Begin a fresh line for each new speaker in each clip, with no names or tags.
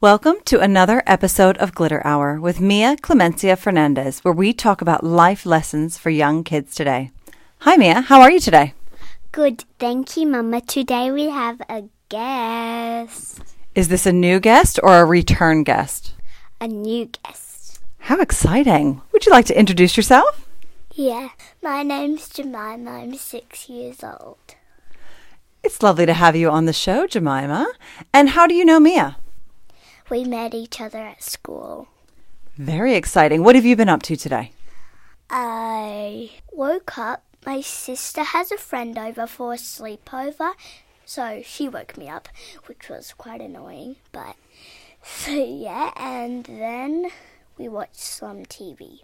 Welcome to another episode of Glitter Hour with Mia Clemencia Fernandez, where we talk about life lessons for young kids today. Hi, Mia. How are you today?
Good, thank you, Mama. Today we have a guest,
Is this a new guest or a return guest?
a new guest.
How exciting. Would you like to introduce yourself?
Yeah, my name's Jemima. I'm six years old.
It's lovely to have you on the show, Jemima. And how do you know Mia?
We met each other at school.
Very exciting. What have you been up to today?
I woke up. My sister has a friend over for a sleepover, so she woke me up, which was quite annoying. But so yeah, and then we watched some TV.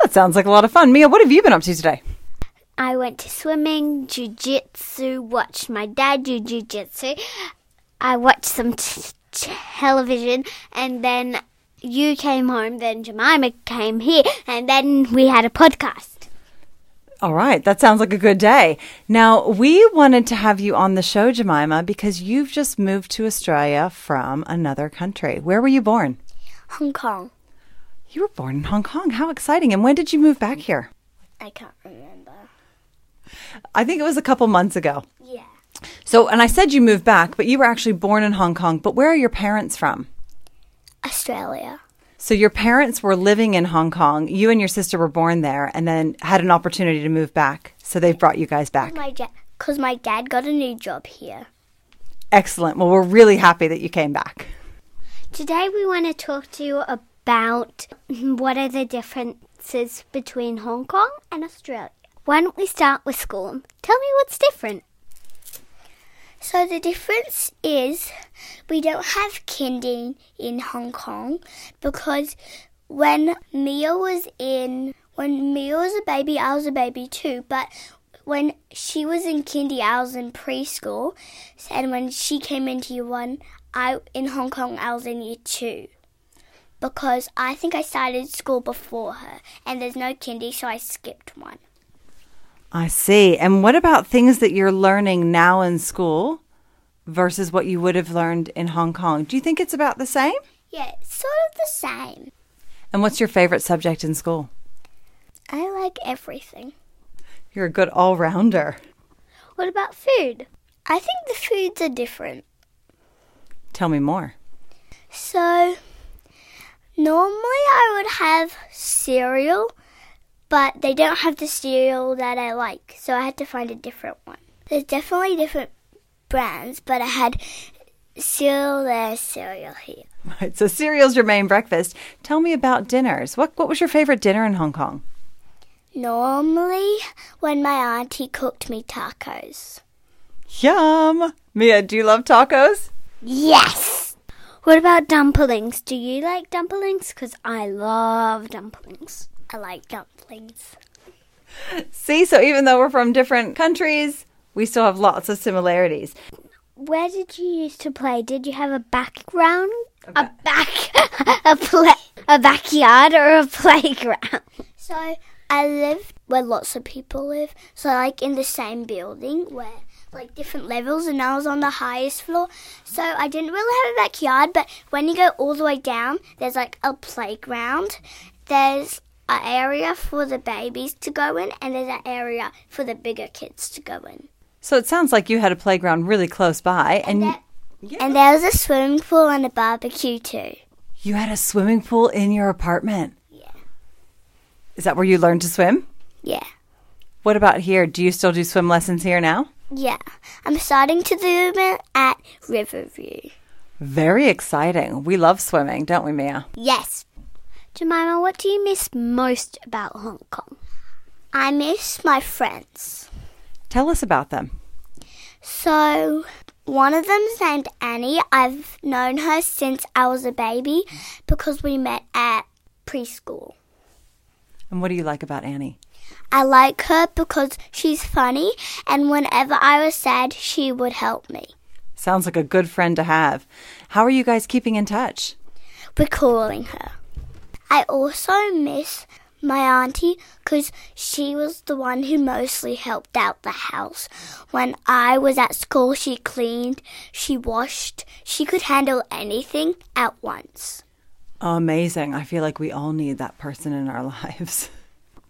That sounds like a lot of fun. Mia, what have you been up to today?
I went to swimming, jujitsu, watched my dad do jujitsu. I watched some t- t- television, and then you came home, then Jemima came here, and then we had a podcast.
All right, that sounds like a good day. Now, we wanted to have you on the show, Jemima, because you've just moved to Australia from another country. Where were you born?
Hong Kong.
You were born in Hong Kong. How exciting. And when did you move back here?
I can't remember.
I think it was a couple months ago.
Yeah.
So, and I said you moved back, but you were actually born in Hong Kong. But where are your parents from?
Australia.
So, your parents were living in Hong Kong. You and your sister were born there and then had an opportunity to move back. So, they've brought you guys back.
My dad, because my dad got a new job here.
Excellent. Well, we're really happy that you came back.
Today we want to talk to you about what are the differences between Hong Kong and Australia. Why don't we start with school? Tell me what's different. So the difference is we don't have kindy in Hong Kong because when Mia was in when Mia was a baby, I was a baby too, but when she was in kindy, I was in preschool, and when she came into year one, I in Hong Kong, I was in year two, because I think I started school before her, and there's no kindy, so I skipped one.
I see. And what about things that you're learning now in school versus what you would have learned in Hong Kong? Do you think it's about the same?
Yeah, it's sort of the same.
And what's your favorite subject in school?
I like everything.
You're a good all rounder.
What about food? I think the foods are different.
Tell me more.
So, normally I would have cereal, but they don't have the cereal that I like, so I had to find a different one. There's definitely different brands, but I had cereal there, cereal here.
Right. So cereal's your main breakfast. Tell me about dinners. What what was your favorite dinner in Hong Kong?
Normally, when my auntie cooked me tacos.
Yum. Mia, do you love tacos?
Yes! What about dumplings? Do you like dumplings? Because I love dumplings. I like dumplings.
See, so even though we're from different countries, we still have lots of similarities.
Where did you used to play? Did you have a background? A back, a play, a backyard or a playground? So I lived where lots of people live. So like in the same building where like different levels, and I was on the highest floor. So I didn't really have a backyard, but when you go all the way down, there's like a playground. There's an area for the babies to go in, and there's an area for the bigger kids to go in.
So it sounds like you had a playground really close by and,
that- And there was a swimming pool and a barbecue too.
you had a swimming pool in your apartment.
Yeah.
Is that where you learned to swim?
Yeah.
What about here? Do you still do swim lessons here now?
Yeah. I'm starting to do them at Riverview.
Very exciting. We love swimming, don't we, Mia?
Yes. Jemima, what do you miss most about Hong Kong? I miss my friends.
Tell us about them.
So, one of them's named Annie. I've known her since I was a baby because we met at preschool.
And what do you like about Annie?
I like her because she's funny, and whenever I was sad, she would help me.
Sounds like a good friend to have. How are you guys keeping in touch?
recalling her. I also miss my auntie because she was the one who mostly helped out the house. When I was at school, she cleaned, she washed, she could handle anything at once.
Amazing. I feel like we all need that person in our lives.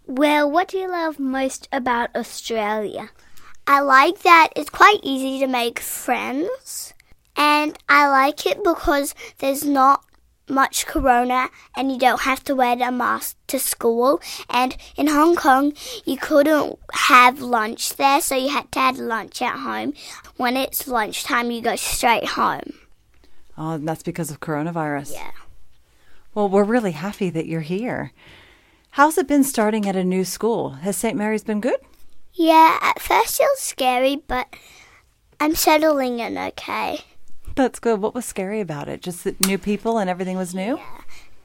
Well, what do you love most about Australia? I like that it's quite easy to make friends, and I like it because there's not much corona and you don't have to wear a mask to school. And in Hong Kong, you couldn't have lunch there, so you had to have lunch at home. When it's lunchtime, you go straight home.
Oh, and that's because of coronavirus.
Yeah.
Well, we're really happy that you're here. How's it been starting at a new school? Has St. Mary's been good?
Yeah, at first it was scary, but I'm settling in okay.
That's good. What was scary about it? Just that new people and everything was new?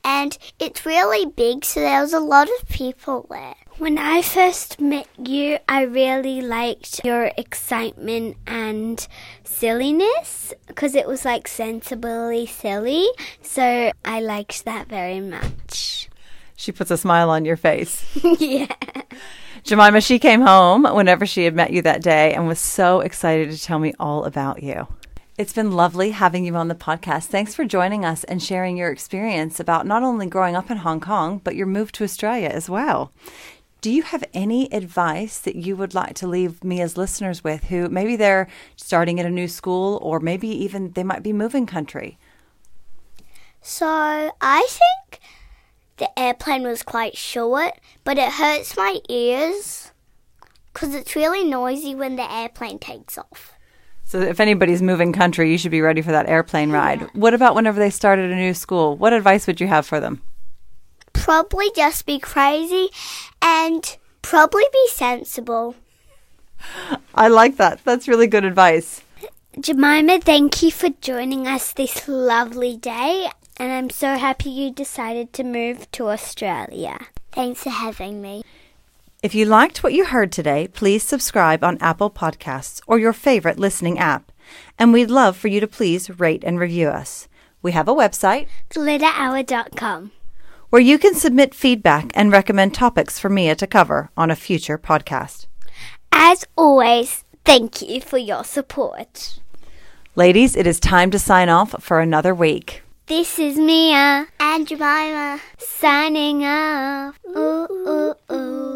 and it's really big, so there was a lot of people there. When I first met you, I really liked your excitement and silliness because it was like sensibly silly, so I liked that very much.
She puts a smile on your face.
yeah.
Jemima, she came home whenever she had met you that day and was so excited to tell me all about you. It's been lovely having you on the podcast. Thanks for joining us and sharing your experience about not only growing up in Hong Kong, but your move to Australia as well. Do you have any advice that you would like to leave me as listeners with who maybe they're starting at a new school or maybe even they might be moving country?
So I think the airplane was quite short, but it hurts my ears because it's really noisy when the airplane takes off.
So, if anybody's moving country, you should be ready for that airplane ride. What about whenever they start at a new school? What advice would you have for them?
probably just be crazy and probably be sensible.
I like that. That's really good advice.
Jemima, thank you for joining us this lovely day, and I'm so happy you decided to move to Australia. Thanks for having me.
If you liked what you heard today, please subscribe on Apple Podcasts or your favorite listening app. And we'd love for you to please rate and review us. We have a website
Glitterhour.com.
where you can submit feedback and recommend topics for Mia to cover on a future podcast.
As always, thank you for your support.
Ladies, it is time to sign off for another week.
This is Mia and Jemima signing off. Ooh, ooh, ooh.